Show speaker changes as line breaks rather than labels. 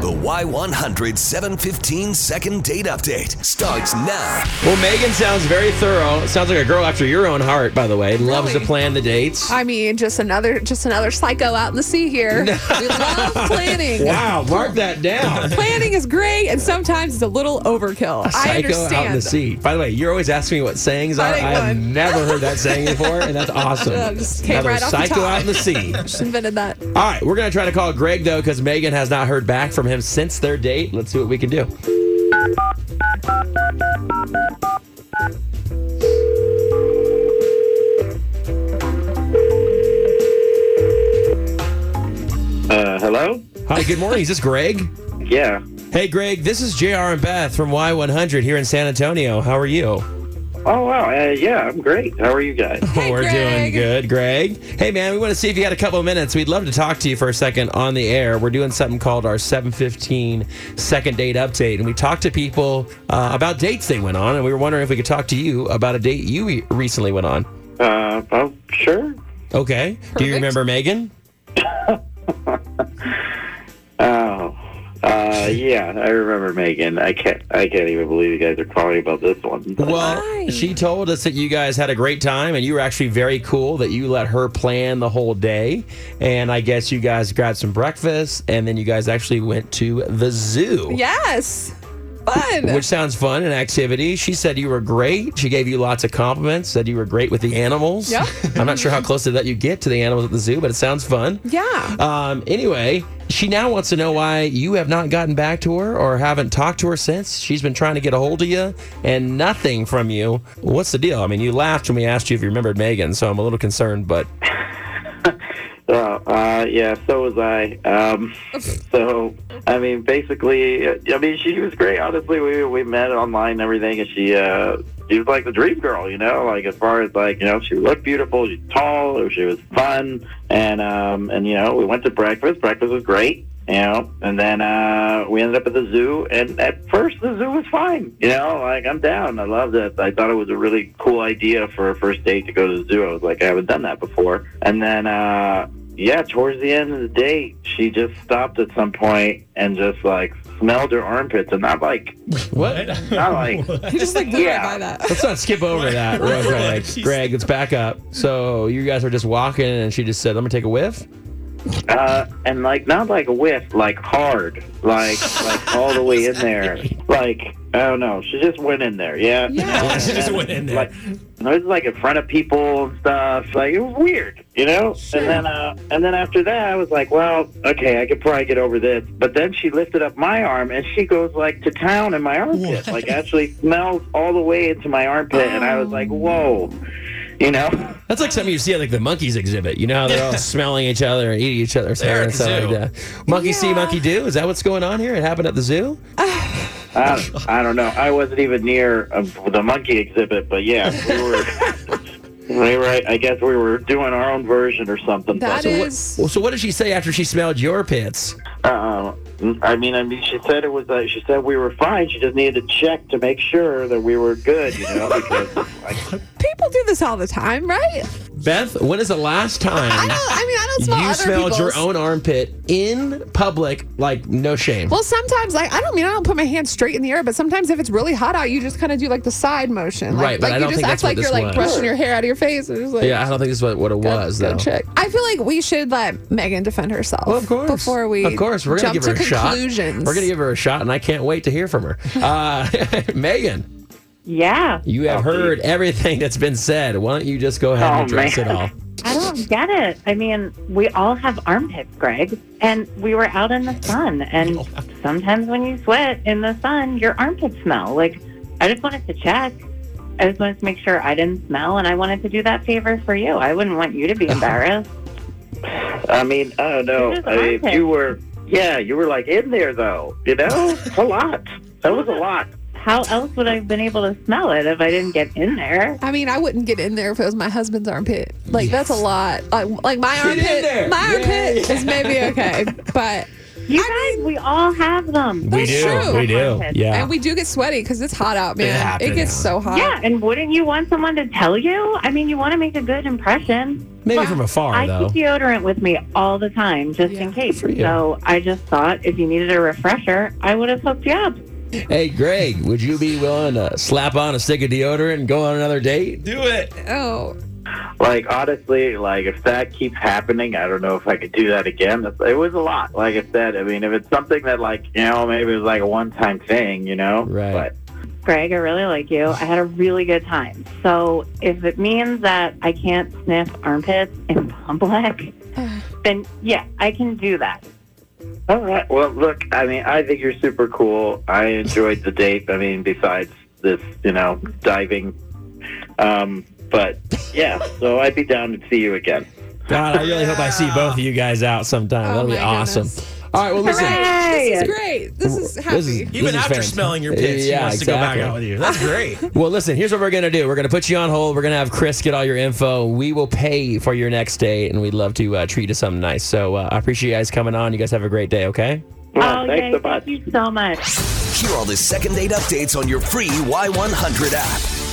The Y100 715 second date update starts now.
Well, Megan sounds very thorough. Sounds like a girl after your own heart, by the way. Loves to
Really?
plan the dates.
I mean, just another just another psycho out in the sea here. we love planning.
Wow, mark that down.
Planning is great, and sometimes it's a little overkill. I
Psycho
understand.
out in the sea. By the way, you're always asking me what sayings are. I
Funny
have
one.
never heard that saying before, and that's awesome.
Yeah, just came
Another
right off the
psycho
top.
out in the sea.
Just invented that.
All right, we're gonna try to call Greg though, because Megan has not heard back from him since their date. Let's see what we can do.
Uh, hello?
Hi, good morning. Is this Greg?
Yeah.
Hey, Greg. This is Jr. and Beth from Y100 here in San Antonio. How are you?
Oh, wow. Uh, yeah, I'm great. How are you guys?
Hey,
We're doing
Greg.
good, Greg. Hey, man, we want to see if you had a couple of minutes. We'd love to talk to you for a second on the air. We're doing something called our 715 second date update, and we talked to people uh, about dates they went on, and we were wondering if we could talk to you about a date you re- recently went on.
Uh, oh, sure.
Okay. Do you
Perfect.
remember Megan?
Oh. Uh, yeah, I remember Megan. I can't, I can't even believe you guys are calling about this one.
Well,
Hi.
she told us that you guys had a great time and you were actually very cool that you let her plan the whole day. And I guess you guys grabbed some breakfast and then you guys actually went to the zoo.
Yes. Fun.
which sounds fun and activity. She said you were great. She gave you lots of compliments. Said you were great with the animals.
Yeah.
I'm not sure how close to that you get to the animals at the zoo, but it sounds fun.
yeah.
Um, anyway, she now wants to know why you have not gotten back to her or haven't talked to her since. She's been trying to get a hold of you and nothing from you. What's the deal? I mean, you laughed when we asked you if you remembered Megan, so I'm a little concerned, but
Uh, uh, yeah, so was I. Um, so, I mean, basically, uh, I mean, she was great. Honestly, we we met online and everything, and she uh, she was like the dream girl, you know. Like as far as like you know, she looked beautiful, she's tall, she was fun, and um, and you know, we went to breakfast. Breakfast was great. You know, and then uh, we ended up at the zoo. And at first, the zoo was fine. You know, like I'm down. I loved it. I thought it was a really cool idea for a first date to go to the zoo. I was like, I haven't done that before. And then, uh, yeah, towards the end of the date, she just stopped at some point and just like smelled her armpits, and not like,
what?
not like,
You just like blew
yeah.
right by that.
Let's not skip over that. real quick. Greg, let's back up. So you guys were just walking and she just said, let me take a whiff.
uh, and like not like a whiff, like hard, like like all the way in there, like I don't know. She just went in there, yeah.
Yeah.
She just went in there.
Like, and it was like in front of people and stuff. Like it was weird, you know. And then, uh, and then after that, I was like, well, okay, I could probably get over this. But then she lifted up my arm and she goes like to town in my armpit, like actually smells all the way into my armpit, and I was like,
Oh.
whoa, you know.
That's like something you see at like the monkeys exhibit. You know how they're all smelling each other and eating each other's hair
at
and
the
stuff
zoo.
like that. Monkey see,
Yeah.
monkey do. Is that what's going on here? It happened at the zoo.
I don't, I don't know. I wasn't even near um, the monkey exhibit, but yeah, we were. We were, I guess we were doing our own version or something.
That
but,
What-
Is-
well, so what did she say after she smelled your pits?
Uh, I mean, I mean, she said it was. Uh, she said we were fine. She just needed to check to make sure that we were good. You know, because like,
People do this all the time, right?
Beth, when is the last
I
time
don't. I mean, I don't smell
you
other
smelled your
people's.
own armpit in public? Like no shame.
Well, sometimes, like, I don't mean I don't put my hand straight in the air, but sometimes if it's really hot out, you just kind of do like the side motion. Like,
Right, but
like
I
you
don't
just
think
act
that's what
like
this
you're like
was.
brushing your hair out of your face. It's just like,
yeah, I don't think this is what, what it
go-
was
go
though.
check. I feel like we should let Megan defend herself.
Well, of course.
Before we
of course, we're gonna
jump
give her
to
a shot.
conclusions.
We're gonna give her a shot, and I can't wait to hear from her. Uh, Megan,
Yeah,
you have heard everything that's been said. Why don't you just go ahead
Oh,
and address
man.
it all?
I don't get it. I mean, we all have armpits, Greg, and we were out in the sun, and
Oh,
sometimes when you sweat in the sun, your armpits smell. Like, I just wanted to check. I just wanted to make sure I didn't smell, and I wanted to do that favor for you. I wouldn't want you to be embarrassed.
I mean, I don't know.
It is
I mean,
haunting.
you were, yeah, you were like in there though. You know, It's a lot. That was a lot.
How else would I have been able to smell it if I didn't get in there?
I mean, I wouldn't get in there if it was my husband's armpit. Like that's a lot. Like, like my armpit,
there.
my armpit is maybe okay, but
You guys, we all have them.
We
That's
do.
true.
We do.
Armpits.
Yeah.
And we do get sweaty because it's hot out, man. It,
happens.
gets so hot.
Yeah, and wouldn't you want someone to tell you? I mean, you want to make a good impression.
Maybe from afar,
I
though.
keep deodorant with me all the time, just
Yeah.
in case.
for you.
So I just thought if you needed a refresher, I would have hooked you up.
Hey, Greg, would you be willing to slap on a stick of deodorant and go on another date? Do it.
Oh,
Like honestly, like if that keeps happening, I don't know if I could do that again. That's- It was a lot. Like I said, I mean, if it's something that like you know maybe it was like a one-time thing, you know,
Right.
But
Greg, I really like you. I had a really good time. So if it means that I can't sniff armpits in public, then yeah, I can do that.
all right, well, look, I mean, I think you're super cool. I enjoyed the date. I mean, besides this, you know, diving. Um, but yeah, so I'd be down to see you again.
God, I really hope I see both of you guys out sometime.
Oh,
That'll be
my
awesome.
goodness.
All right, well, listen.
Hooray!
this is great. This is happy.
This is-
Even
this is
after
fantastic.
smelling your pits, she
Yeah,
wants to go back
exactly.
out with you. That's great.
Well, listen, here's what we're going to do. We're going to put you on hold. We're going to have Chris get all your info. We will pay for your next date, and we'd love to uh, treat you to something nice. So uh, I appreciate you guys coming on. You guys have a great day, okay?
Well,
oh,
thanks
yay,
so much.
Thank you so much.
Hear all the second date updates on your free Y100 app.